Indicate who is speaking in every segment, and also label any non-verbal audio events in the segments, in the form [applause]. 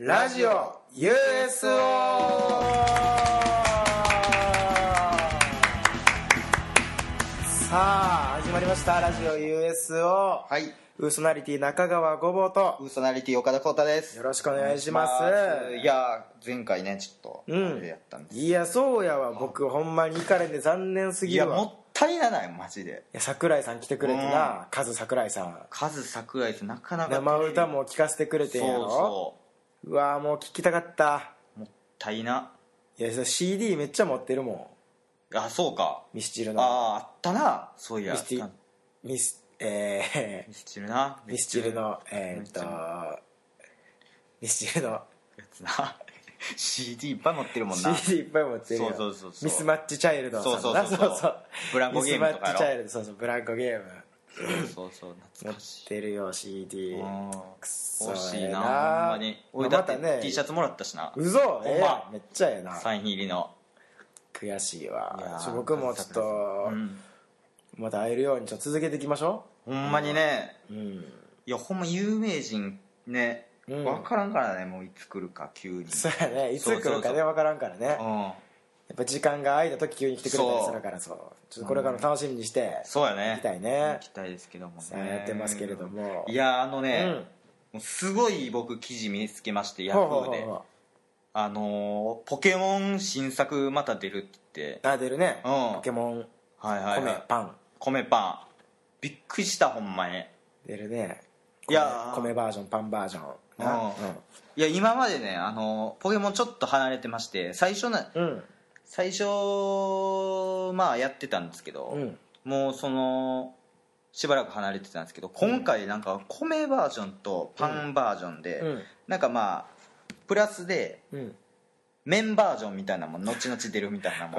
Speaker 1: ラジオ USO! さあ、始まりました。ラジオ USO!
Speaker 2: はい。
Speaker 1: ウーソナリティ中川ごぼうと、
Speaker 2: ウーソナリティ岡田浩太です。
Speaker 1: よろしくお願いします
Speaker 2: お願いしますいやー、前回ね、ちょっと、
Speaker 1: う
Speaker 2: あ
Speaker 1: ん
Speaker 2: れやったん。です。
Speaker 1: いや、そうやわ。僕、ほんまにイカレンで残念す
Speaker 2: い
Speaker 1: ぎ
Speaker 2: や、
Speaker 1: るわ。
Speaker 2: もったいなない、マジで。
Speaker 1: いや桜井さん来てくれてな、カズ桜井さん。
Speaker 2: カズ桜井ってなかなか。
Speaker 1: 生歌も聴かせてくれてんや
Speaker 2: そう
Speaker 1: ろ
Speaker 2: そう
Speaker 1: わもう聴きたかった。
Speaker 2: う。もったいな。
Speaker 1: いや、それ CD めっちゃ持ってるも
Speaker 2: あ、そうか。
Speaker 1: ん。ミスチル
Speaker 2: あ
Speaker 1: の。
Speaker 2: あ、あったな。そういや。
Speaker 1: ミスティ
Speaker 2: あ
Speaker 1: ミス、えー、
Speaker 2: ミスチルな。
Speaker 1: ミスチルのえー、っ
Speaker 2: ミスチル
Speaker 1: とミスチルの
Speaker 2: やつな。CD いっぱい持ってる
Speaker 1: [laughs]
Speaker 2: もんな。
Speaker 1: CD いっぱい持ってるよ
Speaker 2: そうそうそうそう
Speaker 1: ミスマッチチャイルドさんだ
Speaker 2: そうそうそうそうブランコゲームと
Speaker 1: ミ
Speaker 2: かやろ
Speaker 1: スマッチチャイルドそうそうブランコゲーム
Speaker 2: そうそう、
Speaker 1: 持
Speaker 2: 懐
Speaker 1: っ
Speaker 2: かしい。
Speaker 1: てるよ CD
Speaker 2: うん
Speaker 1: くっそ
Speaker 2: 惜しい
Speaker 1: ええ
Speaker 2: な、ほんまに。
Speaker 1: ま
Speaker 2: 俺
Speaker 1: あ
Speaker 2: だ
Speaker 1: ま
Speaker 2: ったて
Speaker 1: ね
Speaker 2: T シャツもらったしな。
Speaker 1: うそええや
Speaker 2: ほんま
Speaker 1: んめっちゃええな
Speaker 2: サイン入りの。
Speaker 1: 悔しい
Speaker 2: いや
Speaker 1: わ
Speaker 2: ー
Speaker 1: ちょ僕もちょっと
Speaker 2: うん
Speaker 1: また会えるようにちょっと続けていきましょ
Speaker 2: ほんまにね、
Speaker 1: ううん
Speaker 2: いやほんま有名人ね、
Speaker 1: う
Speaker 2: わ
Speaker 1: ん
Speaker 2: 分からんからねもういつ来るか急に
Speaker 1: そうやねいつ来
Speaker 2: そ
Speaker 1: る
Speaker 2: うそ
Speaker 1: か
Speaker 2: う
Speaker 1: ね
Speaker 2: そう
Speaker 1: 分からんからねや
Speaker 2: うん
Speaker 1: っぱ時間が空いた時急に来てくれたり
Speaker 2: そう
Speaker 1: するからそうちょっとこれからも楽しみにして
Speaker 2: そうやね
Speaker 1: 行きたいね
Speaker 2: 行きたいですけども
Speaker 1: さあ
Speaker 2: ね
Speaker 1: やってますけれども
Speaker 2: いやあのね、
Speaker 1: うん
Speaker 2: もうすごい僕記事見つけましてヤフ
Speaker 1: ほうほう
Speaker 2: ー
Speaker 1: ほう
Speaker 2: で
Speaker 1: ほう
Speaker 2: あのーポケモン新作また出るって言って
Speaker 1: あ出るね、
Speaker 2: うん
Speaker 1: ポケモン
Speaker 2: はいはい、は
Speaker 1: 米
Speaker 2: い、
Speaker 1: パン
Speaker 2: 米パンびっくりしたほんまに
Speaker 1: 出るね
Speaker 2: いやー
Speaker 1: 米米バージョンパンバージョンな
Speaker 2: うんいや今までねあのーポケモンちょっと離れてまして最初な
Speaker 1: うんうん
Speaker 2: 最初まあやってたんですけど、
Speaker 1: うん
Speaker 2: もうそのしばらく離れてたんですけど今回なんか米バージョンとパンバージョンで、
Speaker 1: うん
Speaker 2: なんかまあプラスで
Speaker 1: うん
Speaker 2: 麺バージョンみたいなのも後々出るみたい
Speaker 1: [laughs]
Speaker 2: なのも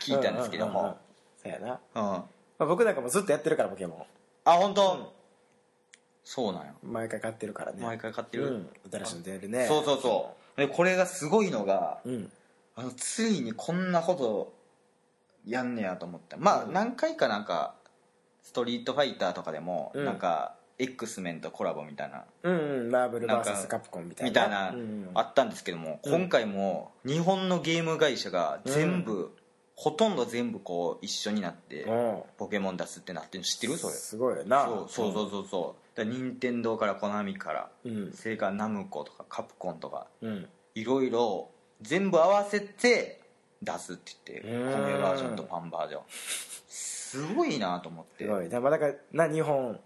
Speaker 2: 聞いたんですけど
Speaker 1: うんうんうんうん
Speaker 2: も、
Speaker 1: そうやな、ま
Speaker 2: うん
Speaker 1: あ、僕なんかもうずっとやってるからポケモ
Speaker 2: あ本当、そうなんよ
Speaker 1: ン毎回買ってるからね
Speaker 2: 毎回買ってる、
Speaker 1: うん新しいの出るね
Speaker 2: そうそうそうでこれがすごいのが
Speaker 1: うん
Speaker 2: あのついにこんなことやんねやと思ってまあ、
Speaker 1: うん
Speaker 2: 何回かなんかストリートファイターとかでも、
Speaker 1: うん
Speaker 2: なんか X メンとコラボみたいな
Speaker 1: うんうんマーブル
Speaker 2: なんか
Speaker 1: VS カプコンみたいな
Speaker 2: みたいな、
Speaker 1: うん
Speaker 2: あったんですけども、
Speaker 1: うん
Speaker 2: 今回も日本のゲーム会社が全部、ほとんど全部こう一緒になって、
Speaker 1: うん
Speaker 2: ポケモン出すってなってるの知ってるそれ
Speaker 1: すごいよな
Speaker 2: そうそうそうそうそうだから任天堂からコナミから、
Speaker 1: うん
Speaker 2: セガナムコとかカプコンとか
Speaker 1: うん
Speaker 2: いろいろ全部合わせて出すって言って
Speaker 1: うん
Speaker 2: 米バージョンとパンバージョンすごいなと思って
Speaker 1: すごいなまあだからな日本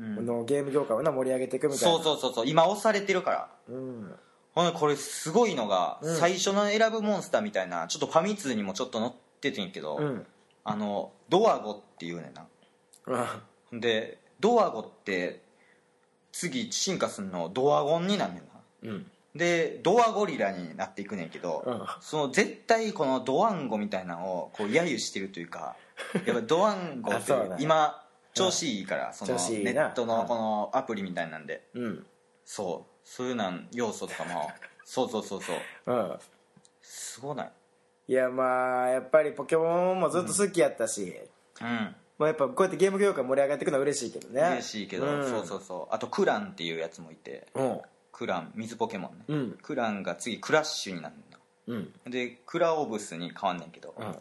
Speaker 2: うん
Speaker 1: のゲーム業界をな盛り上げていくみたいな
Speaker 2: そうそうそうそう今押されてるから
Speaker 1: うん
Speaker 2: ほんでこれすごいのが、
Speaker 1: うん
Speaker 2: 最初の選ぶモンスターみたいなちょっとファミ通にもちょっと載っててんけど、
Speaker 1: うん
Speaker 2: あのドアゴっていうねんな
Speaker 1: うん
Speaker 2: ほんでドアゴって次進化すんのドアゴンになんねんな
Speaker 1: うん
Speaker 2: でドアゴリラになっていくねんけど、
Speaker 1: うん
Speaker 2: その絶対このドワンゴみたいなのをこう揶揄してるという
Speaker 1: [laughs]
Speaker 2: かやっぱドワンゴっ
Speaker 1: あ
Speaker 2: て
Speaker 1: そうなんや
Speaker 2: 今調子いいからそのネ
Speaker 1: 調子いいな
Speaker 2: ットのこのアプリみたいなんで
Speaker 1: うん
Speaker 2: そうそういうなん要素と
Speaker 1: [laughs]
Speaker 2: かもそうそうそうそう
Speaker 1: うん
Speaker 2: すごない
Speaker 1: いやまあやっぱりポケモンもずっと好きやったし、
Speaker 2: うん
Speaker 1: まあ、やっぱこうやってゲーム業界盛り上がっていくのは嬉しいけどね
Speaker 2: 嬉しいけど、
Speaker 1: うん、
Speaker 2: そうそうそうあとクランっていうやつもいて
Speaker 1: うん
Speaker 2: クラン水ポケモンね、
Speaker 1: うん
Speaker 2: クランが次クラッシュになるんだ
Speaker 1: うん
Speaker 2: でクラオブスに変わんねんけど、
Speaker 1: うん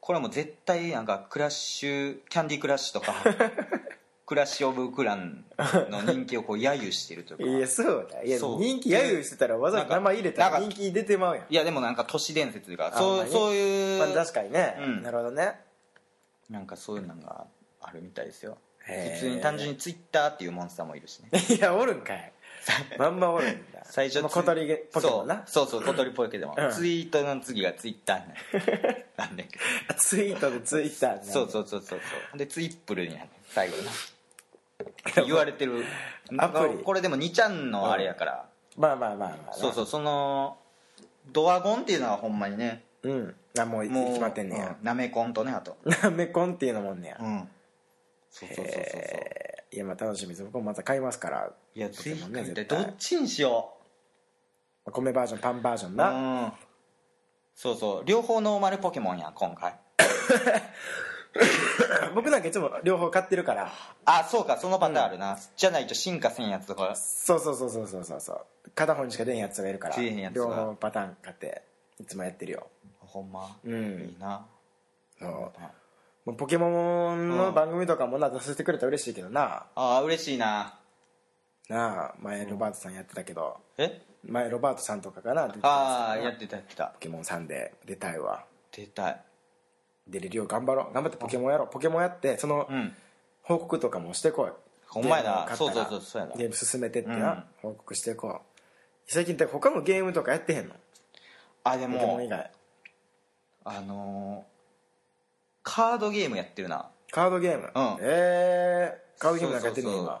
Speaker 2: これも絶対なんかクラッシュキャンディークラッシュ
Speaker 1: [laughs]
Speaker 2: とかクラッシュ・オブ・クランの人気をこう揶揄してると
Speaker 1: い
Speaker 2: いう
Speaker 1: や
Speaker 2: か
Speaker 1: そうだいや
Speaker 2: そう
Speaker 1: 人気揶揄してたらわざわざ名前入れたら
Speaker 2: なん
Speaker 1: 人
Speaker 2: か
Speaker 1: 気出てまうやん
Speaker 2: いやでもなんか都市伝説というか
Speaker 1: あほん
Speaker 2: そ
Speaker 1: ま
Speaker 2: う
Speaker 1: に
Speaker 2: そういう、
Speaker 1: まあ、確かにね、
Speaker 2: うん
Speaker 1: なるほどね
Speaker 2: なんかそういうのがあるみたいですよ
Speaker 1: へー
Speaker 2: 普通に単純にツイッターっていうモンスターもいるしね
Speaker 1: いやおるんかいまんまおるんだ
Speaker 2: 最初
Speaker 1: まあ
Speaker 2: つ
Speaker 1: 小鳥げポケモンな
Speaker 2: そうそうそう小鳥ポケモン、
Speaker 1: うん
Speaker 2: ツイートの次がツイッターにな
Speaker 1: [laughs]
Speaker 2: るなんだけど
Speaker 1: あツイートでツイッターに
Speaker 2: そうそうそうそうそうでツイップルになる最後にって [laughs] 言われてる
Speaker 1: アプリ
Speaker 2: なんかこれでも2ちゃんのあれやから、
Speaker 1: まあまあまあまあ、まあ、
Speaker 2: そうそうそのドアゴンっていうのはほんまにね
Speaker 1: ううんあもう
Speaker 2: もう
Speaker 1: 決まってんねや
Speaker 2: うなめこんとねあと
Speaker 1: なめこんっていうのもんねや
Speaker 2: うんそうそうそうそうそう
Speaker 1: えーいやまあ楽しみです僕もまた買いますから
Speaker 2: いや
Speaker 1: ポ
Speaker 2: ツイ
Speaker 1: ケモンね
Speaker 2: ッタ
Speaker 1: 絶
Speaker 2: ーどっ
Speaker 1: 対
Speaker 2: ちにしよ
Speaker 1: 米バージョンパンバージョン
Speaker 2: うう
Speaker 1: な、
Speaker 2: んそうそう両方ノーマルポケモンやん今回
Speaker 1: 僕なんかいつも両方買ってるから
Speaker 2: あそうかそのパターンあるな、じゃないと進化せんやつとか
Speaker 1: そうそうそうそうそうそうそう片方にしか出へんやつがいるから
Speaker 2: 出へんやつが
Speaker 1: 両方パターン買っていつもやってるよ
Speaker 2: ほんま、
Speaker 1: うん
Speaker 2: いいな
Speaker 1: そうもうポケモンの番組とかもな出させてくれたら嬉しいけどな
Speaker 2: ああ嬉しいな
Speaker 1: なあ前ロバートさんやってたけど、
Speaker 2: え
Speaker 1: 前ロバートさんとかかな出て
Speaker 2: あ
Speaker 1: た
Speaker 2: あ
Speaker 1: んですけど
Speaker 2: や
Speaker 1: な
Speaker 2: ってたやってた
Speaker 1: ポケモンさんで出たいわ
Speaker 2: 出たい
Speaker 1: 出れるよう頑張ろう頑張ってポケモンやろうポケモンやってその
Speaker 2: うん
Speaker 1: 報告とかもしてこい
Speaker 2: ほんまやな
Speaker 1: ゲームを買ったら
Speaker 2: そうそうそうそうやな
Speaker 1: ゲーム進めてってな、報告してこう最近って他のゲームとかやってへんの
Speaker 2: あで
Speaker 1: ポケモ
Speaker 2: も
Speaker 1: ン以外
Speaker 2: あのーカードゲームやってるな
Speaker 1: カードゲーム、
Speaker 2: ん
Speaker 1: えー、カードゲームなんかやってんの
Speaker 2: そうそう
Speaker 1: 今
Speaker 2: そう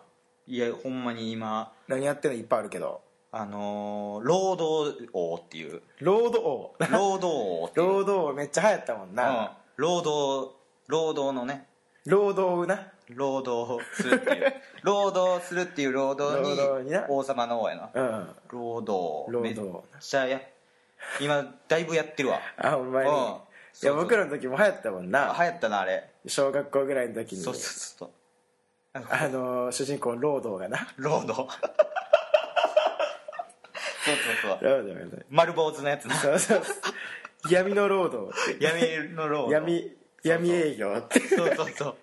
Speaker 2: いやほんまに今
Speaker 1: 何やってんのいっぱいあるけど
Speaker 2: あのー労働王って [laughs] いう
Speaker 1: ロード王
Speaker 2: 労働王っていう、
Speaker 1: ロード王めっちゃ流行ったもん
Speaker 2: う
Speaker 1: な、
Speaker 2: ん労働労働のね
Speaker 1: ロード王な
Speaker 2: 労働するっていう [laughs] 労働するっていう労働
Speaker 1: 労働に
Speaker 2: に
Speaker 1: な
Speaker 2: 王様の王やな
Speaker 1: うん
Speaker 2: 労働
Speaker 1: 労
Speaker 2: めっ
Speaker 1: 働
Speaker 2: ちゃや今だいぶやってるわ
Speaker 1: あほんまに
Speaker 2: うん
Speaker 1: い
Speaker 2: そうそ
Speaker 1: や
Speaker 2: う
Speaker 1: 僕らの時も流行ったもんな
Speaker 2: 流行 [laughs] ったなあれ
Speaker 1: 小学校ぐらいの時に
Speaker 2: そうそうそう
Speaker 1: あのー主人公ロード王がな
Speaker 2: ロードそうそうそう
Speaker 1: ロード王がね
Speaker 2: 丸坊主のやつな
Speaker 1: そうそう
Speaker 2: [laughs]
Speaker 1: そう闇のロード王って
Speaker 2: 闇のロード
Speaker 1: 闇闇営業って
Speaker 2: そうそうそう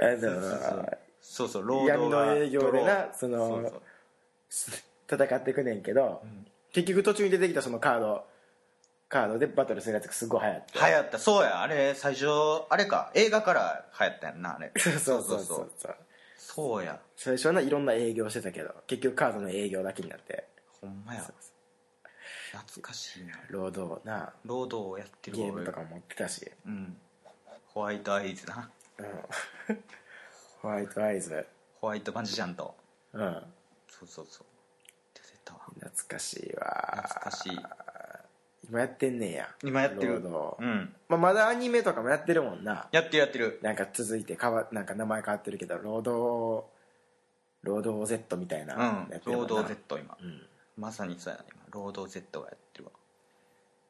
Speaker 1: あのー
Speaker 2: そうそう労働
Speaker 1: 闇の営業でなその
Speaker 2: そうそう
Speaker 1: 戦っていくねんけど、結局途中に出てきたそのカードカードでバトルするやつがすごい流行って
Speaker 2: 流行ったそうやあれ最初あれか映画から流行ったやんなあれ
Speaker 1: そうそうそうそう
Speaker 2: そうや
Speaker 1: 最初はないろんな営業してたけど結局カードの営業だけになって
Speaker 2: ほんまや懐かしいな
Speaker 1: 労働な
Speaker 2: 労働をやってる
Speaker 1: ゲームと
Speaker 2: か
Speaker 1: かも持ってたし、
Speaker 2: うんホワイトアイズな
Speaker 1: うん、ホワイトアイズ
Speaker 2: ホワイトバンジジャンと
Speaker 1: うん
Speaker 2: そうそうそう出てたわ
Speaker 1: 懐かしいわ
Speaker 2: 懐かしい
Speaker 1: 今やってんねんや
Speaker 2: 今やってる
Speaker 1: 労働
Speaker 2: うん
Speaker 1: まあ、まだアニメとかもやってるもんな
Speaker 2: やってるやってる
Speaker 1: なんか続いて変わなんか名前変わってるけど労働労働 Z みたいな
Speaker 2: うん
Speaker 1: やってるも
Speaker 2: 労
Speaker 1: んな
Speaker 2: 働 Z 今
Speaker 1: うん
Speaker 2: まさにそうやな今労働 Z がやってるわ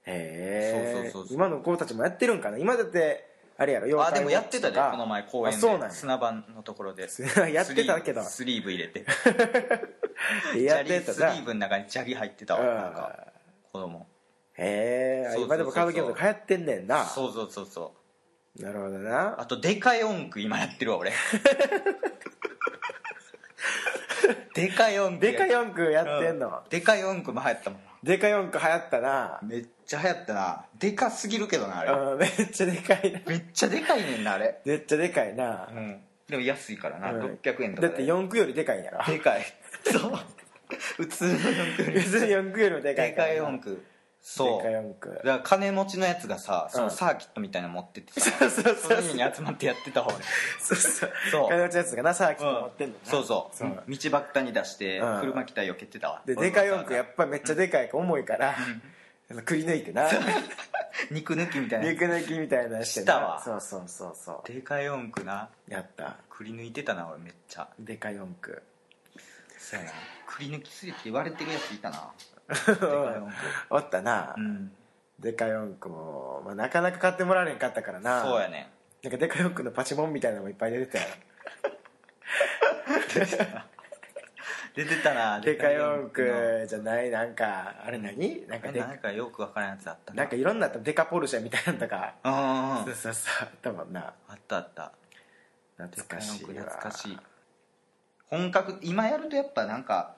Speaker 1: へえ
Speaker 2: そうそうそうそう
Speaker 1: 今の子たちもやってるんかな今だってあれやろ
Speaker 2: あ
Speaker 1: 妖
Speaker 2: で
Speaker 1: 怪ウ
Speaker 2: も
Speaker 1: ォ
Speaker 2: や
Speaker 1: ッ
Speaker 2: っ
Speaker 1: チ
Speaker 2: て
Speaker 1: と
Speaker 2: た
Speaker 1: か
Speaker 2: でこの前公
Speaker 1: あ
Speaker 2: 園
Speaker 1: そうなん
Speaker 2: で
Speaker 1: や
Speaker 2: 砂場のところで
Speaker 1: [laughs] やってたけど
Speaker 2: スリーブ入れて
Speaker 1: やって
Speaker 2: 砂利
Speaker 1: た
Speaker 2: ス
Speaker 1: な
Speaker 2: リーブの中に砂利入ってたわ
Speaker 1: うん
Speaker 2: なんか子供
Speaker 1: へえ
Speaker 2: そうそうそうそう
Speaker 1: 今でもカードゲームとか流行ってんねんな
Speaker 2: そうそうそうそう
Speaker 1: なるほどな
Speaker 2: あとでかい音楽今やって
Speaker 1: [laughs]
Speaker 2: るわ俺でかい音楽
Speaker 1: でか
Speaker 2: 音
Speaker 1: 四駆やってんの、
Speaker 2: でかい音楽も流行ったもん
Speaker 1: でか四駆流行ったな、
Speaker 2: めっちゃ流行ったなでかすぎるけどなあれ、
Speaker 1: うん、 [laughs] めっちゃでかいな
Speaker 2: めっちゃでかいねんなあれ、
Speaker 1: めっちゃでかいな、
Speaker 2: うん、でも安いからな、
Speaker 1: うん
Speaker 2: 600円と
Speaker 1: だ
Speaker 2: かで
Speaker 1: って四駆よりでかい
Speaker 2: [laughs]
Speaker 1: んやろ
Speaker 2: でかいそう普通の音楽より
Speaker 1: 別に四駆よりもでか
Speaker 2: で
Speaker 1: いからな
Speaker 2: か
Speaker 1: い
Speaker 2: 音楽そう
Speaker 1: でかい音楽
Speaker 2: だから金持ちのやつがさそ
Speaker 1: うん
Speaker 2: のサーキットみたいなの持ってってさ、
Speaker 1: そうそう
Speaker 2: そ
Speaker 1: そ
Speaker 2: の
Speaker 1: う
Speaker 2: 家に集まってやってた方が
Speaker 1: そうそう
Speaker 2: そう
Speaker 1: 金持ちのやつがなサーキット持ってんのな、
Speaker 2: そうそう
Speaker 1: そう
Speaker 2: 道ばったに出して
Speaker 1: うん
Speaker 2: 車来たよけてたわ
Speaker 1: ででかい四駆やっぱめっちゃでかいから重いから、あのくり抜いてな
Speaker 2: 肉抜きみたい
Speaker 1: 肉抜きみたいなのしてな
Speaker 2: したわ
Speaker 1: そうそうそうそ
Speaker 2: なでかい音楽な
Speaker 1: うやった
Speaker 2: くり抜いてたな俺めっちゃ
Speaker 1: でかい四駆
Speaker 2: そうやなくり抜きすぎて言われてるやつい
Speaker 1: [laughs]
Speaker 2: たな音楽
Speaker 1: おったな、
Speaker 2: うん
Speaker 1: でかい四駆も、まあ、なかなか買ってもらわれへんかったからな
Speaker 2: そうやね
Speaker 1: なんかでかい四駆のパチモンみたいなのもいっぱい出てたよ
Speaker 2: 出てたな
Speaker 1: でかい四
Speaker 2: でかい音楽
Speaker 1: 駆じゃないなんかあれ何なんか
Speaker 2: の
Speaker 1: で
Speaker 2: なんかよくわからんやつあった
Speaker 1: なんかいろんなあったでかポルシェみたいなのとか、
Speaker 2: うんうんう
Speaker 1: そうんそうそうあったもんな
Speaker 2: あったあった
Speaker 1: 懐かしいわ
Speaker 2: 懐かしい本格今やるとやっぱなんか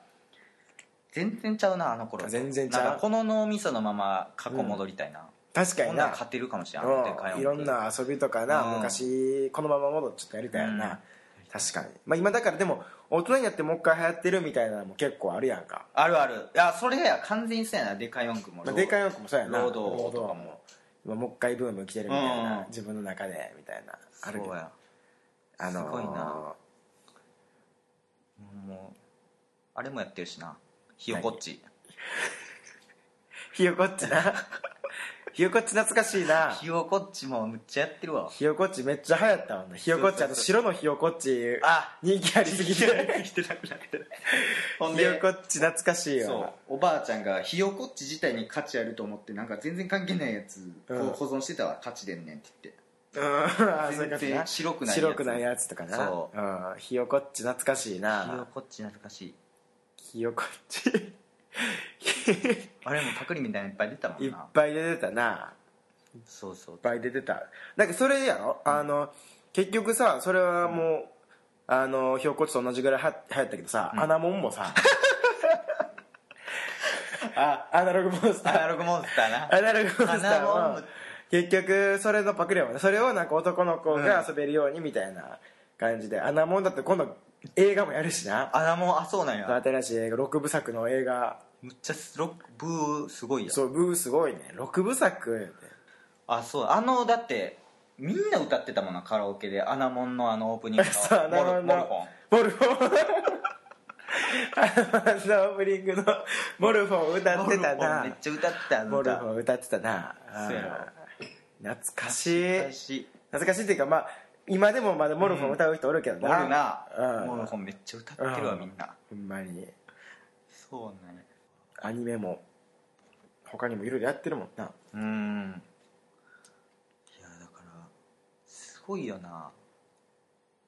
Speaker 2: 全然ちゃうなあの頃と
Speaker 1: 全然ちゃう
Speaker 2: なんかこの脳みそのまま過去戻りたいな、
Speaker 1: 確か
Speaker 2: こ
Speaker 1: に
Speaker 2: んな
Speaker 1: な
Speaker 2: ん勝てるかもしれないあのでかい
Speaker 1: うん
Speaker 2: 音
Speaker 1: いろ
Speaker 2: 楽
Speaker 1: んな遊びとかな、
Speaker 2: うん
Speaker 1: 昔このまま戻っちょっとやりたいよな、確かに、まあ、今だからでも大人になってもう一回流行ってるみたいなのも結構あるやんか、
Speaker 2: あるあるいやそれや完全にそうやなでかい音楽も、
Speaker 1: まあ、でかい音楽もそうやな
Speaker 2: 労働音とかも
Speaker 1: 今もう一回ブーム来てるみたいな、
Speaker 2: うん
Speaker 1: 自分の中でみたいなあるけ
Speaker 2: そ
Speaker 1: ど
Speaker 2: うや
Speaker 1: あのー
Speaker 2: すごいなもうあれもやってるしなひよこっち
Speaker 1: ひよこっちな [laughs] ひよこっち懐かしいな
Speaker 2: ひよこっちもむっちゃやってるわ
Speaker 1: ひよこっちめっちゃ流行ったもんねひよこっちあと白のひよこっち
Speaker 2: あ
Speaker 1: 人気ありすぎ
Speaker 2: [laughs]
Speaker 1: て
Speaker 2: てなくなってるほん
Speaker 1: ひよ
Speaker 2: で
Speaker 1: こっち懐かしい
Speaker 2: そう
Speaker 1: よ
Speaker 2: おばあちゃんがひよこっち自体に価値あると思ってなんか全然関係ないやつ
Speaker 1: うん
Speaker 2: を保存してたわ価値でんねんって言って
Speaker 1: うんあそういうこと
Speaker 2: 全
Speaker 1: な
Speaker 2: 然白くないやつ
Speaker 1: 白くないやつとかな
Speaker 2: そ
Speaker 1: うんひよこっち懐かしい
Speaker 2: ひよ
Speaker 1: な
Speaker 2: こっち懐かしい
Speaker 1: ひよこっち
Speaker 2: あれもパクリみたいなのいっぱい出たも
Speaker 1: い
Speaker 2: ん
Speaker 1: っ
Speaker 2: な
Speaker 1: ぱい出てたな
Speaker 2: そうそう
Speaker 1: いっぱい出てただけどそれやろあの結局さそれはもう、あのひよこっちと同じぐらいは流行ったけどさ、アナモンもさ [laughs] あアナログモンスタ
Speaker 2: ア
Speaker 1: ー
Speaker 2: ナログモンスターな
Speaker 1: アナログモンスター
Speaker 2: アナロ
Speaker 1: は
Speaker 2: グ
Speaker 1: 結局それのパクリやもんねそれをなんか男の子が遊べるようにみたいな感じで、アナモンだって今度映画もやるしな
Speaker 2: アナモンあそうなんや
Speaker 1: 新しい映画6部作の映画
Speaker 2: むっちゃすロックブーすごいや
Speaker 1: そうブーすごいね6部作やで
Speaker 2: あそうあのだってみんな歌ってたもんなカラオケでアナモンのあのオープニング
Speaker 1: そう
Speaker 2: の
Speaker 1: アナモン
Speaker 2: モ
Speaker 1: の
Speaker 2: ルフ
Speaker 1: モルフォンあのオープニングのモルフォン歌
Speaker 2: ォン
Speaker 1: ってた
Speaker 2: モルフォンめっ
Speaker 1: な
Speaker 2: ちゃ歌ってたあの
Speaker 1: モル
Speaker 2: 歌
Speaker 1: フォン歌ってたな
Speaker 2: そうや
Speaker 1: あー懐かしい
Speaker 2: 懐かしい
Speaker 1: 懐かしいっていうかまあ今でもまだモルフォン歌う人おるけど
Speaker 2: モ
Speaker 1: な、
Speaker 2: ルな
Speaker 1: うん
Speaker 2: モルフォンめっちゃ歌ってるわ
Speaker 1: うん
Speaker 2: みんな
Speaker 1: ほんまに
Speaker 2: そうなんや
Speaker 1: アニメも他にもいろいろやってるもんな
Speaker 2: うんいやだからすごいよな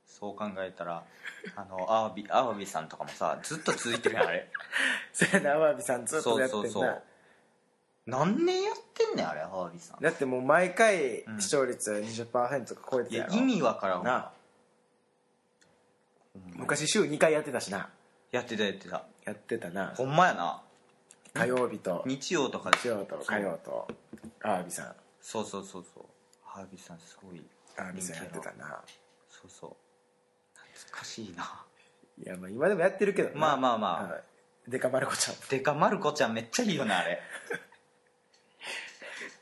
Speaker 2: そう考えたらあのアワビアワビさんとかもさずっと続いてるやんあれ
Speaker 1: それなアワビさん [laughs] ずっとやってんな
Speaker 2: そうそうそう何年やってんねんあれアワビさん
Speaker 1: だってもう毎回
Speaker 2: うん
Speaker 1: 視聴率20%とか超えて
Speaker 2: い
Speaker 1: たや
Speaker 2: や
Speaker 1: ろ
Speaker 2: 意味わからんわ
Speaker 1: な昔週2回やってたしな
Speaker 2: やってたやってた
Speaker 1: やってたな
Speaker 2: ほんまやな
Speaker 1: 火曜日と
Speaker 2: 日曜とかで
Speaker 1: 日曜と火曜とアワビさん
Speaker 2: そうそうそうそうハービーさんすごい
Speaker 1: アワビさんやってた
Speaker 2: 人気の
Speaker 1: な
Speaker 2: そうそう懐かしいな
Speaker 1: いやまあ今でもやってるけどな
Speaker 2: まあまあまあ
Speaker 1: うんデカマルコちゃん
Speaker 2: でかまる子ちゃんめっちゃいいよなあれ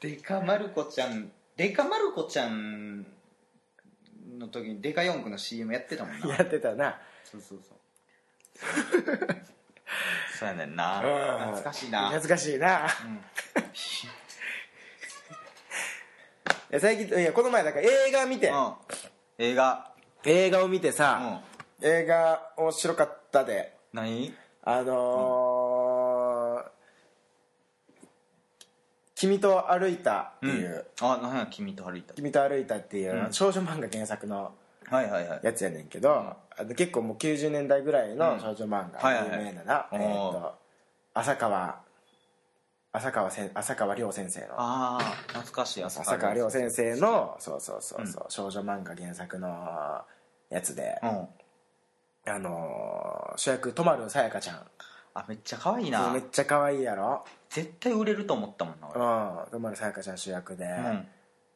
Speaker 2: でかまる子ちゃんでかまる子ちゃんの時にでか四駆の CM やってたもんな
Speaker 1: [laughs] やってたな
Speaker 2: そうそうそう [laughs] そうやねんな
Speaker 1: うん
Speaker 2: 懐かしいな、うん、
Speaker 1: 懐かしいなえ最近いやこの前だから映画見て
Speaker 2: うん映画
Speaker 1: 映画を見て
Speaker 2: う
Speaker 1: さ
Speaker 2: ん
Speaker 1: 映画面白かったで
Speaker 2: 何
Speaker 1: あのー君と歩いた」っていう、
Speaker 2: あなんや君と歩いた
Speaker 1: 君と歩いた」っていう、
Speaker 2: うん
Speaker 1: 少女漫画原作の
Speaker 2: はいはいはい
Speaker 1: やつやねんけど、あの結構もう90年代ぐらいの少女漫
Speaker 2: うんは
Speaker 1: 画
Speaker 2: いはいはい
Speaker 1: 有名なな、
Speaker 2: おー
Speaker 1: えーと浅川浅川せん浅川亮先生の
Speaker 2: ああ懐かしい朝
Speaker 1: 浅川亮先生のそうそうそうそう、少女漫画原作のやつで
Speaker 2: う、ん
Speaker 1: あのー主役とまるさやかちゃん
Speaker 2: あめっちゃ可愛いな
Speaker 1: めっちゃ可愛いやろ
Speaker 2: 絶対売れると思ったもんな
Speaker 1: う
Speaker 2: 俺
Speaker 1: んとまるさやかちゃん主役で、
Speaker 2: うん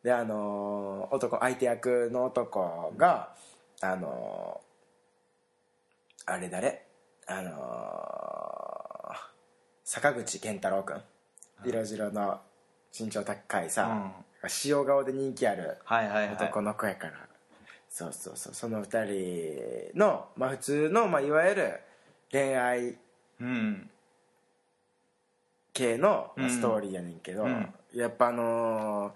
Speaker 1: であのー男相手役の男があのーあれ誰あのー坂口健太郎君色白の身長高いさ、塩顔で人気ある
Speaker 2: はいはいはい
Speaker 1: 男の子やから、そうそうそうその2人の、まあ、普通の、まあ、いわゆる恋愛
Speaker 2: うん
Speaker 1: 系のまあ
Speaker 2: うん
Speaker 1: ストーリーやねんけど、
Speaker 2: うん
Speaker 1: やっぱあのー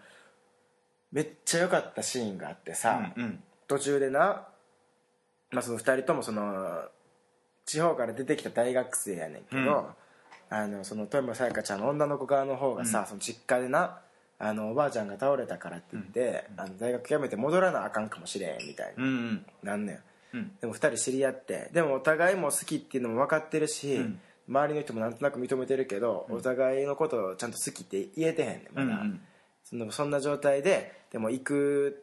Speaker 1: めっちゃ良かったシーンがあってさ、
Speaker 2: うん
Speaker 1: 途中でな、まあ、その2人ともその地方から出てきた大学生やねんけど、あのその富山さやかちゃんの女の子側の方がさ、
Speaker 2: うん
Speaker 1: その実家でなあのおばあちゃんが倒れたからって言って、あの大学辞めて戻らなあかんかもしれんみたい
Speaker 2: うんう
Speaker 1: に
Speaker 2: ん
Speaker 1: なんねん
Speaker 2: うん
Speaker 1: でも2人知り合ってでもお互いも好きっていうのも分かってるし、
Speaker 2: うん
Speaker 1: 周りの人もなんとなく認めてるけど、お互いのことをちゃんと好きって言えてへんねんま
Speaker 2: うんう
Speaker 1: だ、
Speaker 2: ん
Speaker 1: そのそんな状態ででも行く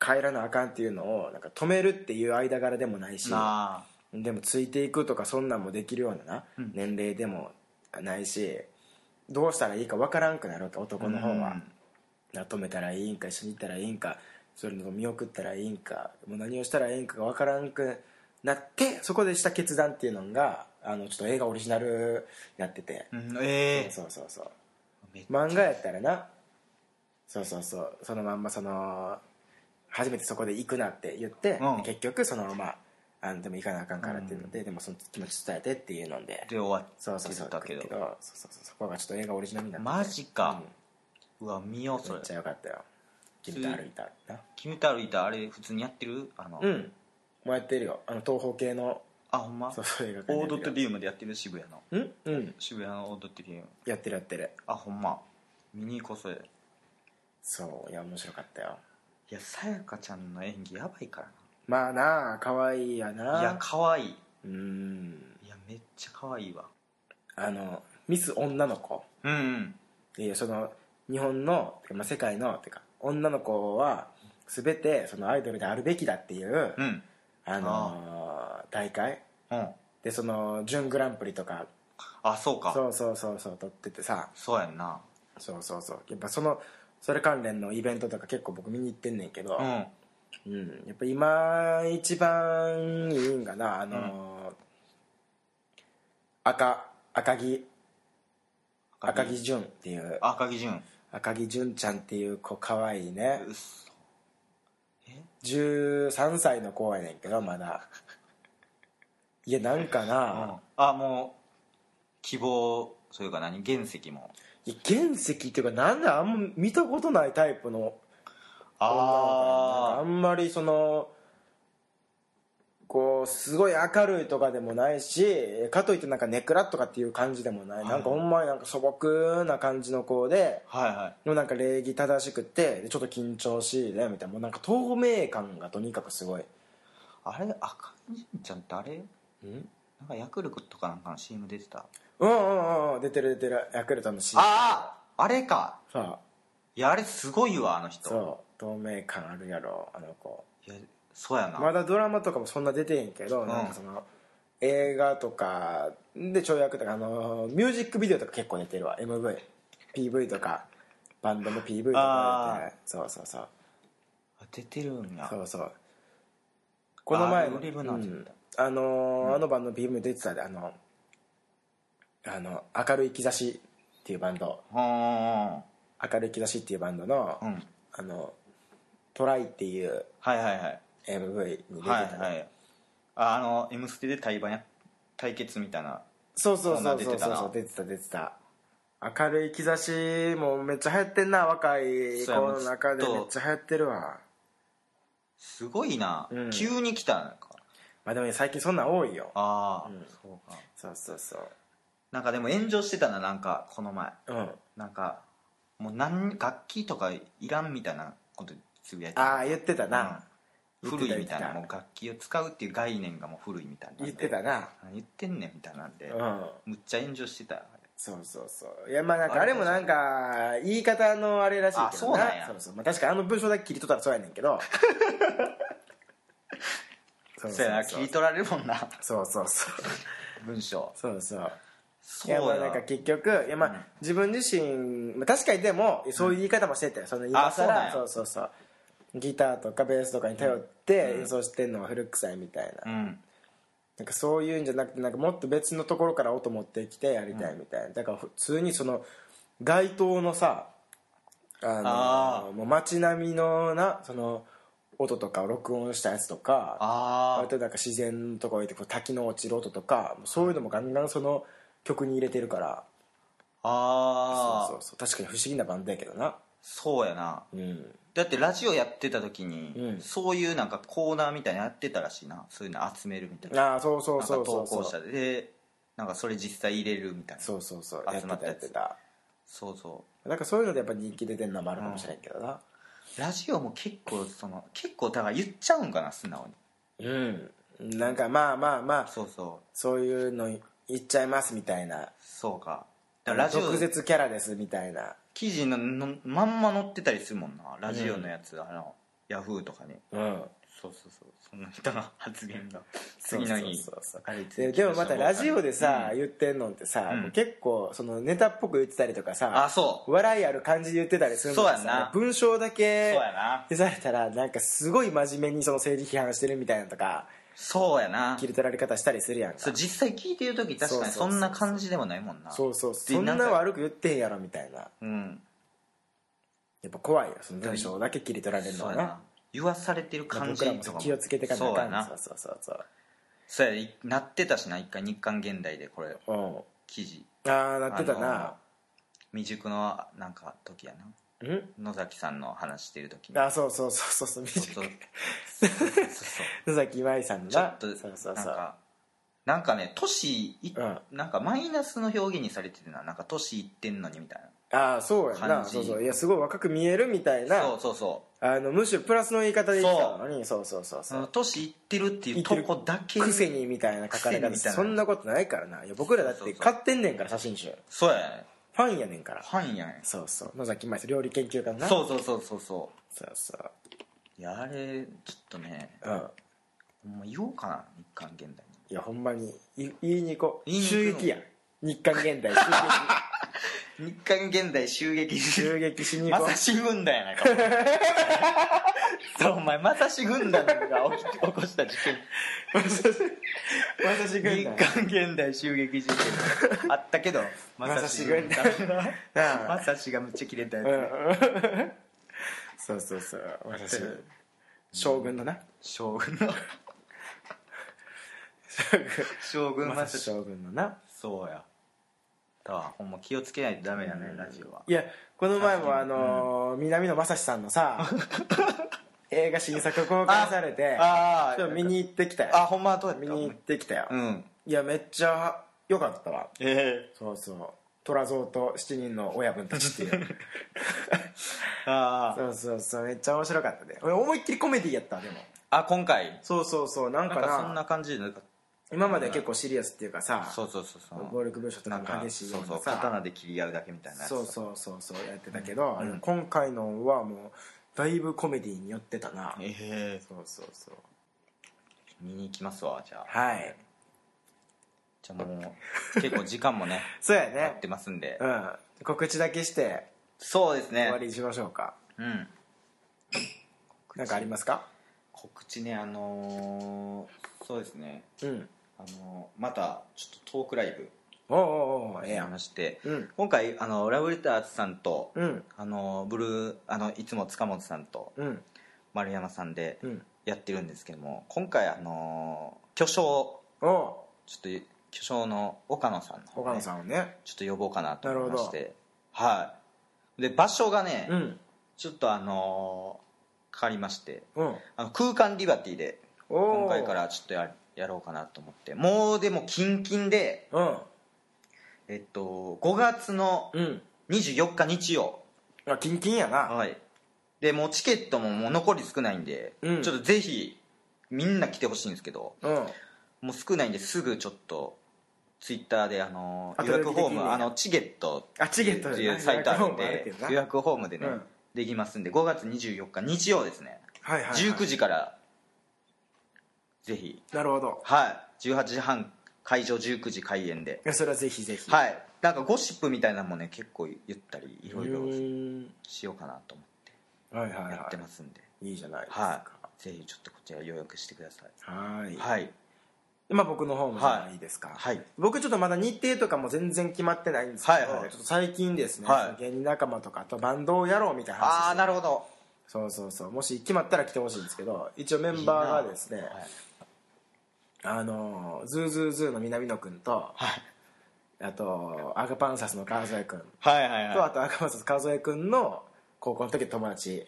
Speaker 1: 帰らなあかんっていうのをなんか止めるっていう間柄でもないし
Speaker 2: なあ
Speaker 1: でもついていくとかそんなんもできるようなな、
Speaker 2: うん
Speaker 1: 年齢でもないしどうしたらいいかわからんくなるわけ男の方は、な止めたらいいんか一緒に行ったらいいんかそれの見送ったらいいんかもう何をしたらいいんかがわからんくなってそこでした決断っていうのがあのちょっと映画オリジナルやってて、
Speaker 2: うんええ
Speaker 1: そうそうそう
Speaker 2: めっ
Speaker 1: 漫画やったらなそうそうそうそのまんまその初めてそこで行くなって言って、
Speaker 2: うん
Speaker 1: 結局そのままあのでも行かなあかんからっていうので、でもその気持ち伝えてっていうので
Speaker 2: で終わ
Speaker 1: そう
Speaker 2: っ
Speaker 1: そう
Speaker 2: て
Speaker 1: そう
Speaker 2: たけ
Speaker 1: そう
Speaker 2: ど
Speaker 1: そうそうそこがちょっと映画オリジナルになってて
Speaker 2: マジか
Speaker 1: うん
Speaker 2: ううわ見ようそ
Speaker 1: め
Speaker 2: れ
Speaker 1: っちゃよかったよ君と歩いたな
Speaker 2: 君と歩いたあれ普通にやってるあの、
Speaker 1: うんもうやってるよあの東宝系の
Speaker 2: あほんま
Speaker 1: そうそう映画館で
Speaker 2: オ
Speaker 1: や
Speaker 2: ー
Speaker 1: って
Speaker 2: ド
Speaker 1: る
Speaker 2: トリウムでやってる渋谷の
Speaker 1: うんうん
Speaker 2: 渋谷のオードトリウム
Speaker 1: やってるやってる
Speaker 2: あほんま見に行こうそれ
Speaker 1: そういや面白かったよ
Speaker 2: いやさやかちゃんの演技やばいから
Speaker 1: まあなあ可愛いや
Speaker 2: な
Speaker 1: ない
Speaker 2: や可愛いいう
Speaker 1: ーん
Speaker 2: いやめっちゃ可愛いわ
Speaker 1: あのミス女の子
Speaker 2: うんうん
Speaker 1: いやその日本の、まあ、世界のてか女の子は全てそのアイドルであるべきだっていう、
Speaker 2: うん
Speaker 1: あのー大会
Speaker 2: うん
Speaker 1: でその準グランプリとか
Speaker 2: あそうかそう
Speaker 1: そうそうそうそう取っててさ
Speaker 2: やんな
Speaker 1: そうそうそうやっぱそのそれ関連のイベントとか結構僕見に行ってんねんけど
Speaker 2: う、ん
Speaker 1: うんやっぱ今一番いいんがなあのー赤赤木赤木純っていう
Speaker 2: 赤木純
Speaker 1: 赤木純ちゃんっていう子かわいいね
Speaker 2: うっそえ
Speaker 1: 13歳の子やねんけどまだ [laughs] いやなんか
Speaker 2: うん
Speaker 1: な、
Speaker 2: あもう希望それか何原石も
Speaker 1: いや原石っていうかなんだあんま見たことないタイプの女の子やねんなんかあ
Speaker 2: あ
Speaker 1: んまりそのこうすごい明るいとかでもないしかといってなんかネクラとかっていう感じでもない、
Speaker 2: はい
Speaker 1: なんかほんまになんか素朴な感じの子で
Speaker 2: あはいはい
Speaker 1: でもなんか礼儀正しくてでちょっと緊張しいでみたいなもうなんか透明感がとにかくすごい
Speaker 2: あれ赤木純ちゃんってあれ
Speaker 1: うん
Speaker 2: なんかヤクルトとかなんかの CM 出てた
Speaker 1: うんうんうん出てる出てるヤクルトのシーン
Speaker 2: あああれか
Speaker 1: そう
Speaker 2: いやあれすごいわあの人
Speaker 1: そう透明感あるやろあの子
Speaker 2: いやそうやな、
Speaker 1: まだドラマとかもそんな出てへんけど、
Speaker 2: ん
Speaker 1: なんかその映画とかで跳躍とかあのミュージックビデオとか結構出てるわ MVPV とかバンドの PV とか出てるそうそうそう
Speaker 2: あ出てるんや
Speaker 1: そうそうこの前
Speaker 2: あー売れるな
Speaker 1: うん
Speaker 2: 絶対
Speaker 1: あのーあのバンドの PV に出てたであのあの明るい兆しっていうバンド
Speaker 2: うん
Speaker 1: 明るい兆しっていうバンドの、
Speaker 2: うん
Speaker 1: あのトライっていう
Speaker 2: はいはいはい
Speaker 1: MV に出てたね、
Speaker 2: はいはいああの「M ステ」で対バンや対決みたいな
Speaker 1: そうそうそうそう
Speaker 2: そん
Speaker 1: そう
Speaker 2: な
Speaker 1: んそう出てた出てた明るい兆しもめっちゃ流行ってんな若い子
Speaker 2: そうや
Speaker 1: の中で
Speaker 2: もうずっ
Speaker 1: め
Speaker 2: と
Speaker 1: っちゃ流行ってるわ
Speaker 2: すごいな、
Speaker 1: うん
Speaker 2: 急に来たのか
Speaker 1: まあでもね最近そんなん多いよ
Speaker 2: ああ、
Speaker 1: うん
Speaker 2: そうか
Speaker 1: そうそうそ
Speaker 2: なんかでも炎上してたななんかこの前
Speaker 1: ううん
Speaker 2: なんかもう何楽器とかいらんみたいなことつぶやいてた
Speaker 1: ああ言ってたな、
Speaker 2: うん
Speaker 1: 言って
Speaker 2: 古
Speaker 1: た
Speaker 2: いみたいな
Speaker 1: 言
Speaker 2: も
Speaker 1: って
Speaker 2: う楽器を使うっていう概念がもう古いみたいな
Speaker 1: 言ってたな
Speaker 2: あ言ってんねんみたいなんで、
Speaker 1: うん
Speaker 2: むっちゃ炎上してたよあれ
Speaker 1: そうそうそういやまあなんかあれもなんか言い方のあれらしいけど
Speaker 2: あそうなんや
Speaker 1: そうそう、まあ、確かにあの文章だけ切り取ったらそうやねんけどそう
Speaker 2: [laughs] そうやな切り取られるもんな [laughs]
Speaker 1: そうそうそう
Speaker 2: 文章
Speaker 1: そうそうい
Speaker 2: そう
Speaker 1: や
Speaker 2: や
Speaker 1: まあなんか結局いやまあ、
Speaker 2: うん
Speaker 1: 自分自身まあ確かにでもそういう言い方もしてたよ、その今
Speaker 2: あそうなん
Speaker 1: 更
Speaker 2: や
Speaker 1: そうそうそうギターとかベースとかに頼って
Speaker 2: うん
Speaker 1: 演奏してんのは古臭いみたいな,、
Speaker 2: うん
Speaker 1: なんかそういうんじゃなくてなんかもっと別のところから音持ってきてやりたいみたいな、だから普通にその街灯のさあの
Speaker 2: あ
Speaker 1: もう街並みのなその音とかを録音したやつとか
Speaker 2: あ
Speaker 1: 割となんか自然のとこ行ってこう滝の落ちる音とかそういうのもガンガンその曲に入れてるから
Speaker 2: あああ
Speaker 1: そうそうそう確かに不思議なバンドやけどな
Speaker 2: そうやな
Speaker 1: うん
Speaker 2: だってラジオやってた時
Speaker 1: うん
Speaker 2: にそういうなんかコーナーみたいなのやってたらしいなそういうの集めるみたいな
Speaker 1: ああそうそう
Speaker 2: なんか
Speaker 1: そうそ
Speaker 2: 投
Speaker 1: うそ
Speaker 2: 稿
Speaker 1: う
Speaker 2: 者でなんかそれ実際入れるみたいな
Speaker 1: そうそうそうやって
Speaker 2: 集まったた
Speaker 1: や
Speaker 2: や
Speaker 1: っ
Speaker 2: つ
Speaker 1: てた
Speaker 2: そうそ
Speaker 1: なんかそういうのでやっぱ人気出てんのもあるかもしれんけどな
Speaker 2: うラジオも結構その結構だから言っちゃうんかな素直に
Speaker 1: うん、なんかまあまあまあ
Speaker 2: そうそう
Speaker 1: そういうの言っちゃいますみたいな
Speaker 2: そうかだからラジオ
Speaker 1: 毒舌キャラですみたいな
Speaker 2: 記事ののまんま載ってたりするもんなラジオのやつ、あのヤフーとかに
Speaker 1: うん
Speaker 2: そうそうそうその人の発
Speaker 1: [laughs]
Speaker 2: 言が次の日
Speaker 1: そうそうそう
Speaker 2: あれいつ
Speaker 1: ででもまたラジオでさ、
Speaker 2: うん
Speaker 1: 言ってんのってさ、
Speaker 2: うん
Speaker 1: もう結構そのネタっぽく言ってたりとかさ
Speaker 2: あそう
Speaker 1: 笑いある感じで言ってたりするのにさ
Speaker 2: そうやな
Speaker 1: 文章だけ
Speaker 2: そうやな
Speaker 1: 消されたらなんかすごい真面目にその政治批判してるみたいなのとか
Speaker 2: そうやな
Speaker 1: 切り取られ方したりするやんか
Speaker 2: そう実際聞いてる時確かに
Speaker 1: そうそうそう
Speaker 2: そんな感じでもないもんな
Speaker 1: そうそう
Speaker 2: で
Speaker 1: そんな
Speaker 2: か
Speaker 1: 悪く言ってへんやろみたいなや
Speaker 2: うん
Speaker 1: っぱ怖いよその文章だけ切り取られるの
Speaker 2: そう
Speaker 1: は
Speaker 2: や
Speaker 1: な
Speaker 2: な言わされてる感
Speaker 1: 僕
Speaker 2: じ
Speaker 1: らも
Speaker 2: とかも
Speaker 1: 気をつけてかなあ
Speaker 2: そう
Speaker 1: か
Speaker 2: や
Speaker 1: んそ
Speaker 2: な
Speaker 1: うそうそうそう
Speaker 2: そうやいなってたしな一回日刊現代でこれ
Speaker 1: うん
Speaker 2: 記事
Speaker 1: ああなってたな
Speaker 2: あの未熟のなんか時やな
Speaker 1: ん
Speaker 2: 野崎さんの話してる時に
Speaker 1: あそうそうそうそうそう
Speaker 2: そうそ
Speaker 1: 短
Speaker 2: う
Speaker 1: い
Speaker 2: そうそうそうそう
Speaker 1: 野崎舞さんの
Speaker 2: [laughs] ち
Speaker 1: [laughs]
Speaker 2: ょ
Speaker 1: な
Speaker 2: っと
Speaker 1: そうそう
Speaker 2: なん
Speaker 1: そう
Speaker 2: かなんかね都市い
Speaker 1: うん
Speaker 2: なんかマイナスの表現にされてるななんか都市行ってんのにみたい
Speaker 1: ああそうやんな
Speaker 2: 感じ
Speaker 1: そうそういやすごい若く見えるみたい
Speaker 2: な
Speaker 1: な
Speaker 2: そうそうそ
Speaker 1: あのむしろプラスの言い方で言ってたのにそうそうそう
Speaker 2: う
Speaker 1: そ
Speaker 2: その
Speaker 1: う
Speaker 2: 都市行ってるっていう
Speaker 1: 行って
Speaker 2: と
Speaker 1: る
Speaker 2: こだけ
Speaker 1: くせにみたいな書かれ
Speaker 2: 癖に
Speaker 1: 方
Speaker 2: みたいな
Speaker 1: そんなことないからないや僕らだっ
Speaker 2: そうそ
Speaker 1: て
Speaker 2: うそう
Speaker 1: 買ってんねんから写真集
Speaker 2: そうやね
Speaker 1: ファンやねんから
Speaker 2: ファンやね
Speaker 1: そうそう野崎舞さん料理研究家のな
Speaker 2: そうそうそうそうそ
Speaker 1: そうそう
Speaker 2: ういやあれちょっとね
Speaker 1: うん
Speaker 2: ほんま言おうかな日韓現代に
Speaker 1: いやほんまにい言いに行こう
Speaker 2: 言いに行く
Speaker 1: 襲
Speaker 2: の
Speaker 1: 撃や日韓現代襲
Speaker 2: 日韓現代襲撃
Speaker 1: 撃襲撃しに
Speaker 2: [laughs] ま
Speaker 1: 行こ
Speaker 2: さし軍団やないかお前 [laughs] そうお前まさし軍団が起き起こした事件
Speaker 1: う私
Speaker 2: 日
Speaker 1: 軍団
Speaker 2: 韓現代襲撃事件あったけど
Speaker 1: まさし軍団なあ
Speaker 2: [laughs] まさしがむっちゃキレたやつ、
Speaker 1: う
Speaker 2: ね
Speaker 1: んそうそうそう私将軍のな
Speaker 2: 将軍の将軍
Speaker 1: ま
Speaker 2: ま
Speaker 1: さ
Speaker 2: さ
Speaker 1: し
Speaker 2: し
Speaker 1: 将軍のな
Speaker 2: そうやだわほんま気をつけないとダメやね、ラジオはい
Speaker 1: やこの前もあのー南野正史さんの
Speaker 2: [laughs]
Speaker 1: さ映画新作公開されて
Speaker 2: あ
Speaker 1: ちょっと見に行ってきたよ
Speaker 2: あほんまはどうやった
Speaker 1: 見に行ってきたよ
Speaker 2: うん
Speaker 1: いやめっちゃ良かったわ
Speaker 2: え
Speaker 1: そうそう虎蔵と7人の親分たちっていう
Speaker 2: [laughs] えあ
Speaker 1: そうそうそうめっちゃ面白かったで俺思いっきりコメディやったでも
Speaker 2: ああ今回
Speaker 1: そうそうそうなん
Speaker 2: なん
Speaker 1: かな
Speaker 2: かそんな感じでなんか
Speaker 1: 今までは結構シリアスっていうかさ
Speaker 2: そうそうそうそう
Speaker 1: 暴力文書と
Speaker 2: な
Speaker 1: か
Speaker 2: んか
Speaker 1: も激しいよ
Speaker 2: そう
Speaker 1: う
Speaker 2: そ
Speaker 1: な
Speaker 2: う
Speaker 1: さ
Speaker 2: 刀で切り合うだけみたいなやつ
Speaker 1: そうそうそうそうやってたけど、
Speaker 2: うん
Speaker 1: 今回のはもうだいぶコメディに寄ってたな
Speaker 2: ええ
Speaker 1: そうそうそう
Speaker 2: 見に行きますわじゃあ
Speaker 1: はい
Speaker 2: じゃあもう結構時間もね
Speaker 1: そうや
Speaker 2: や
Speaker 1: [laughs]
Speaker 2: っ
Speaker 1: ね
Speaker 2: てますんで
Speaker 1: うん告知だけして
Speaker 2: そうです
Speaker 1: 終
Speaker 2: ね
Speaker 1: わりにしましょうか、
Speaker 2: うん
Speaker 1: なんかありますか
Speaker 2: 告知ねあのーそうですね
Speaker 1: うん
Speaker 2: あのーまたちょっとトークライブ
Speaker 1: おうおうおうええ
Speaker 2: や
Speaker 1: や
Speaker 2: りま
Speaker 1: ん
Speaker 2: して
Speaker 1: うん
Speaker 2: 今回あのラブレターズさんと、
Speaker 1: うん
Speaker 2: あのブルーあのいつも塚本さんと
Speaker 1: うん
Speaker 2: 丸山さんで
Speaker 1: うん
Speaker 2: やってるんですけども今回あのー巨匠
Speaker 1: おう
Speaker 2: ちょっと巨匠の岡野さんの方ね
Speaker 1: 岡野さんをね
Speaker 2: ちょっと呼ぼうかなと思いまし
Speaker 1: な
Speaker 2: てはいで場所がね、
Speaker 1: うん
Speaker 2: ちょっとあのー変わりまして
Speaker 1: うん
Speaker 2: あの空間リバティで
Speaker 1: おう
Speaker 2: 今回からちょっとややろうかなと思ってもうでもキンキンで
Speaker 1: うん
Speaker 2: えっと5月の
Speaker 1: うん
Speaker 2: 24日日曜
Speaker 1: あキンキンやな
Speaker 2: はいでもうチケットももう残り少ないんで、
Speaker 1: うん
Speaker 2: ちょっとぜひみんな来てほしいんですけど
Speaker 1: うん
Speaker 2: もう少ないんですぐちょっとツイッターであの
Speaker 1: 後
Speaker 2: 予
Speaker 1: で
Speaker 2: 約フォ
Speaker 1: で
Speaker 2: ー
Speaker 1: きんね
Speaker 2: ム
Speaker 1: や
Speaker 2: あのチケット
Speaker 1: あチ
Speaker 2: チ
Speaker 1: ゲット
Speaker 2: って
Speaker 1: じゃ
Speaker 2: い
Speaker 1: な
Speaker 2: う
Speaker 1: い
Speaker 2: サイトあるん
Speaker 1: 予約フォームあるけ
Speaker 2: で
Speaker 1: どな
Speaker 2: 予約フォームでね、
Speaker 1: うん
Speaker 2: できますんで5月24日日曜ですね
Speaker 1: はいはいはい
Speaker 2: 19時からぜひ
Speaker 1: なるほど
Speaker 2: はい18時半会場19時開演で
Speaker 1: いやそれはぜひぜひい
Speaker 2: はいなんかゴシップみたいなのもね結構言ったりい
Speaker 1: い
Speaker 2: ろいろしようかなと思って
Speaker 1: はいはい
Speaker 2: やって
Speaker 1: は
Speaker 2: ますんで、
Speaker 1: いいいじゃないです
Speaker 2: は
Speaker 1: か
Speaker 2: い、ぜひちょっとこちら予約してください
Speaker 1: はい
Speaker 2: はい
Speaker 1: まあ僕の方もじゃあ
Speaker 2: はい
Speaker 1: いいですか
Speaker 2: はい
Speaker 1: 僕ちょっとまだ日程とかも全然決まってないんですけど、
Speaker 2: はいはい
Speaker 1: ちょっと最近ですね、
Speaker 2: はい
Speaker 1: 芸人仲間とかとバンドをやろうみたいな話
Speaker 2: ああ
Speaker 1: して
Speaker 2: なるほど
Speaker 1: そうそうそうもし決まったら来てほしいんですけど一応メンバーがですね
Speaker 2: はい
Speaker 1: あのズーズーズーの南野君と、
Speaker 2: はい
Speaker 1: あとアガパンサスの川添君
Speaker 2: はいはい
Speaker 1: と
Speaker 2: は
Speaker 1: あと赤松和江君の高校の時の友
Speaker 2: [laughs]
Speaker 1: 達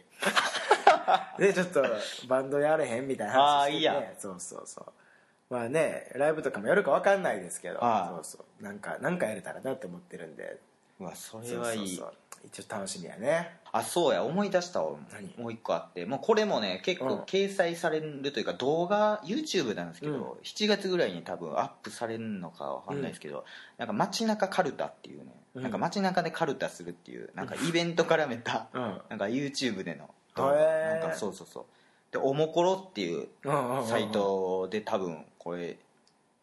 Speaker 1: でちょっとバンドやれへんみたいな
Speaker 2: あ
Speaker 1: 話して
Speaker 2: ー
Speaker 1: て
Speaker 2: いいや
Speaker 1: そうそうそうまあねライブとかもやるか分かんないですけど
Speaker 2: はい
Speaker 1: そうそうなんかなんかやれたらなって思ってるんで
Speaker 2: いうわそれはいい
Speaker 1: そうそうそう一応楽しみやね
Speaker 2: あそうや思い出したわ
Speaker 1: 何
Speaker 2: もう一個あってもうこれもね結
Speaker 1: うん
Speaker 2: 構掲載されるというか動画 YouTube なんですけど、
Speaker 1: うん
Speaker 2: 7月ぐらいに多分アップされるのかわかんないですけど、なんか街中カルタっていうね、
Speaker 1: うん
Speaker 2: なんか街中でカルタするっていうなんかイベント絡め
Speaker 1: [laughs]
Speaker 2: た、
Speaker 1: うん
Speaker 2: なんか YouTube での
Speaker 1: へー
Speaker 2: なんかそうそうそうでおもころっていう
Speaker 1: うんうんうん
Speaker 2: サイトで多分これ、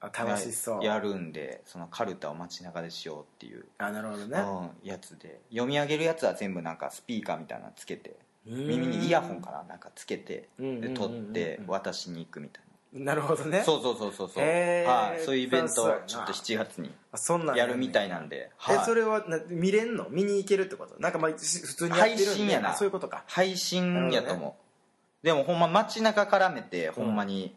Speaker 1: あ楽しそう、
Speaker 2: やるんでそのカルタを街中でしようっていう、
Speaker 1: あなるほどね
Speaker 2: うん、やつで読み上げるやつは全部なんかスピーカーみたいなのつけて耳にイヤホンかななんかつけて
Speaker 1: うん
Speaker 2: で撮っ
Speaker 1: うんうんうん
Speaker 2: て
Speaker 1: うん
Speaker 2: 渡しに行くみたい
Speaker 1: なるほどね
Speaker 2: なそうそうそうそうそう
Speaker 1: へー
Speaker 2: はいそういうイベント
Speaker 1: そう
Speaker 2: を
Speaker 1: やな
Speaker 2: ちょっと7月に
Speaker 1: あそんなん
Speaker 2: やるみた
Speaker 1: い
Speaker 2: いなんで
Speaker 1: え
Speaker 2: はい
Speaker 1: それはな見れんの見に行けるってことなんかまあし普通にやってるんで
Speaker 2: 配信やな
Speaker 1: そういうことか
Speaker 2: 配信やと
Speaker 1: なるほど
Speaker 2: 思うでもほんま街中絡めてほんまに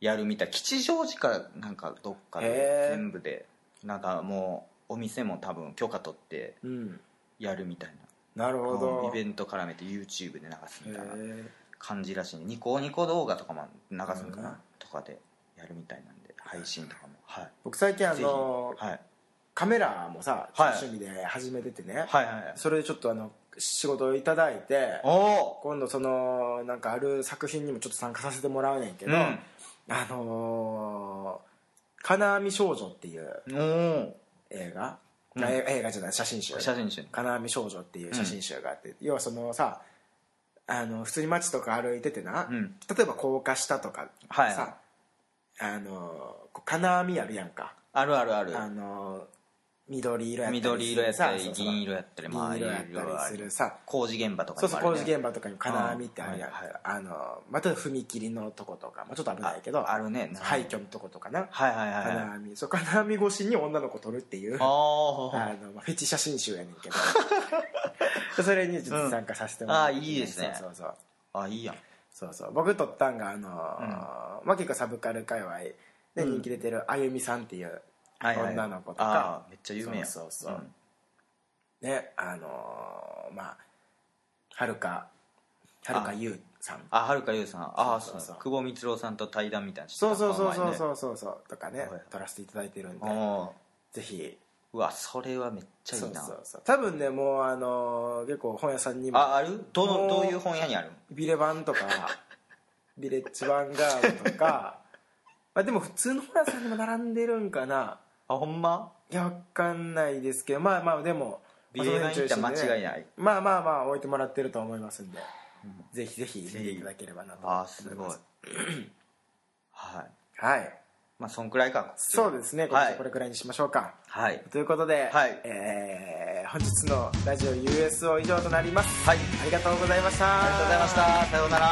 Speaker 2: やるみたい吉祥寺かなんかどっか
Speaker 1: へ
Speaker 2: で
Speaker 1: ー
Speaker 2: 全部でなんかもうお店も多分許可取って
Speaker 1: うん
Speaker 2: やるみたいな
Speaker 1: なるほ
Speaker 2: うん
Speaker 1: ど
Speaker 2: イベント絡めて YouTube で流すみたいな
Speaker 1: へ
Speaker 2: 感じらしいニコニコ動画とかも流すのか
Speaker 1: うん
Speaker 2: なとかでやるみたいなんで配信とかもはい
Speaker 1: 僕最近あ
Speaker 2: ぜひ
Speaker 1: の
Speaker 2: はい
Speaker 1: カメラもさ
Speaker 2: はい
Speaker 1: 趣味で始めててね
Speaker 2: はいはい
Speaker 1: それでちょっとあの仕事をいただいて
Speaker 2: おお
Speaker 1: 今度そのなんかある作品にもちょっと参加させてもらうねんけど、
Speaker 2: うん
Speaker 1: あのー「金網少女」っていう
Speaker 2: おお
Speaker 1: 映画、
Speaker 2: うん
Speaker 1: あえ映画じゃない写真集
Speaker 2: 写真集
Speaker 1: 金網少女っていう写真集があって、要はそのさあの普通に街とか歩いててな、
Speaker 2: うん
Speaker 1: 例えば高架下とかさ、
Speaker 2: はいは
Speaker 1: あのーこう金網あるやんか、
Speaker 2: あるあるある
Speaker 1: あのー緑色やったりする
Speaker 2: 緑色やった
Speaker 1: さ
Speaker 2: り
Speaker 1: そうそう
Speaker 2: 銀色やったりまあ
Speaker 1: 銀色やっ
Speaker 2: 色々
Speaker 1: た
Speaker 2: あ
Speaker 1: りする
Speaker 2: る
Speaker 1: さ
Speaker 2: 工事現場とか
Speaker 1: そう
Speaker 2: にも
Speaker 1: そう
Speaker 2: ある
Speaker 1: 工
Speaker 2: ね
Speaker 1: 事現場とかに金網ってあるやん、
Speaker 2: うんはいはい
Speaker 1: あのまた踏切のとことか、まあ、ちょっと危ないけど
Speaker 2: ああるね
Speaker 1: 廃墟のとことかな
Speaker 2: はいはいはいはい
Speaker 1: 金網そう金網越しに女の子撮るっていうあ
Speaker 2: あー
Speaker 1: の、まあ、フェチ写真集やねんけ
Speaker 2: [laughs]
Speaker 1: どそれにちょっと参加させてもらって、
Speaker 2: うんあーいいですね
Speaker 1: そうそうそう
Speaker 2: あいいやん
Speaker 1: そうそう僕撮ったんがあのー、まあ、結構サブカル界隈で
Speaker 2: うん
Speaker 1: 人気出てるあゆみさんっていう
Speaker 2: はいはい
Speaker 1: 女の子と
Speaker 2: あ
Speaker 1: か
Speaker 2: ーめっちゃ有名やん
Speaker 1: そうそうそうねあのーまあはるかはるかゆうさん
Speaker 2: あはるかゆうさんああ
Speaker 1: そ
Speaker 2: そうう
Speaker 1: そうそう
Speaker 2: 久保光郎さんと対談みたいなのしてた
Speaker 1: そうそうそう
Speaker 2: この
Speaker 1: そう
Speaker 2: 前ね
Speaker 1: そうそうそうとかね
Speaker 2: はい
Speaker 1: 撮らせていただいてるんで
Speaker 2: おー
Speaker 1: ぜひ
Speaker 2: うわそれはめっちゃいい
Speaker 1: そう
Speaker 2: な
Speaker 1: そうそう多分ねもうあのー結構本屋さんにも
Speaker 2: ああるど
Speaker 1: もう
Speaker 2: のどういう本屋にある
Speaker 1: ビレ版とかビレッジヴァンガードとか [laughs] まあでも普通の本屋さんにも並んでるんかな
Speaker 2: あほんま
Speaker 1: いやわかんないですけどまあまあでも
Speaker 2: ビレバン行ったら
Speaker 1: まあその辺中心で
Speaker 2: 間違いない
Speaker 1: まあまあまあ置いてもらってると思いますんで、ぜひぜひ見ていただければなと思い
Speaker 2: あー
Speaker 1: ます
Speaker 2: ごいはい
Speaker 1: はい
Speaker 2: まあそんくらいか
Speaker 1: そうですね、今
Speaker 2: は
Speaker 1: 週
Speaker 2: い
Speaker 1: これくらいにしましょうか
Speaker 2: はい
Speaker 1: ということで、
Speaker 2: はい
Speaker 1: えー本日のラジオ USO 以上となります、
Speaker 2: はい
Speaker 1: ありがとうございました
Speaker 2: ありがとうございましたさようなら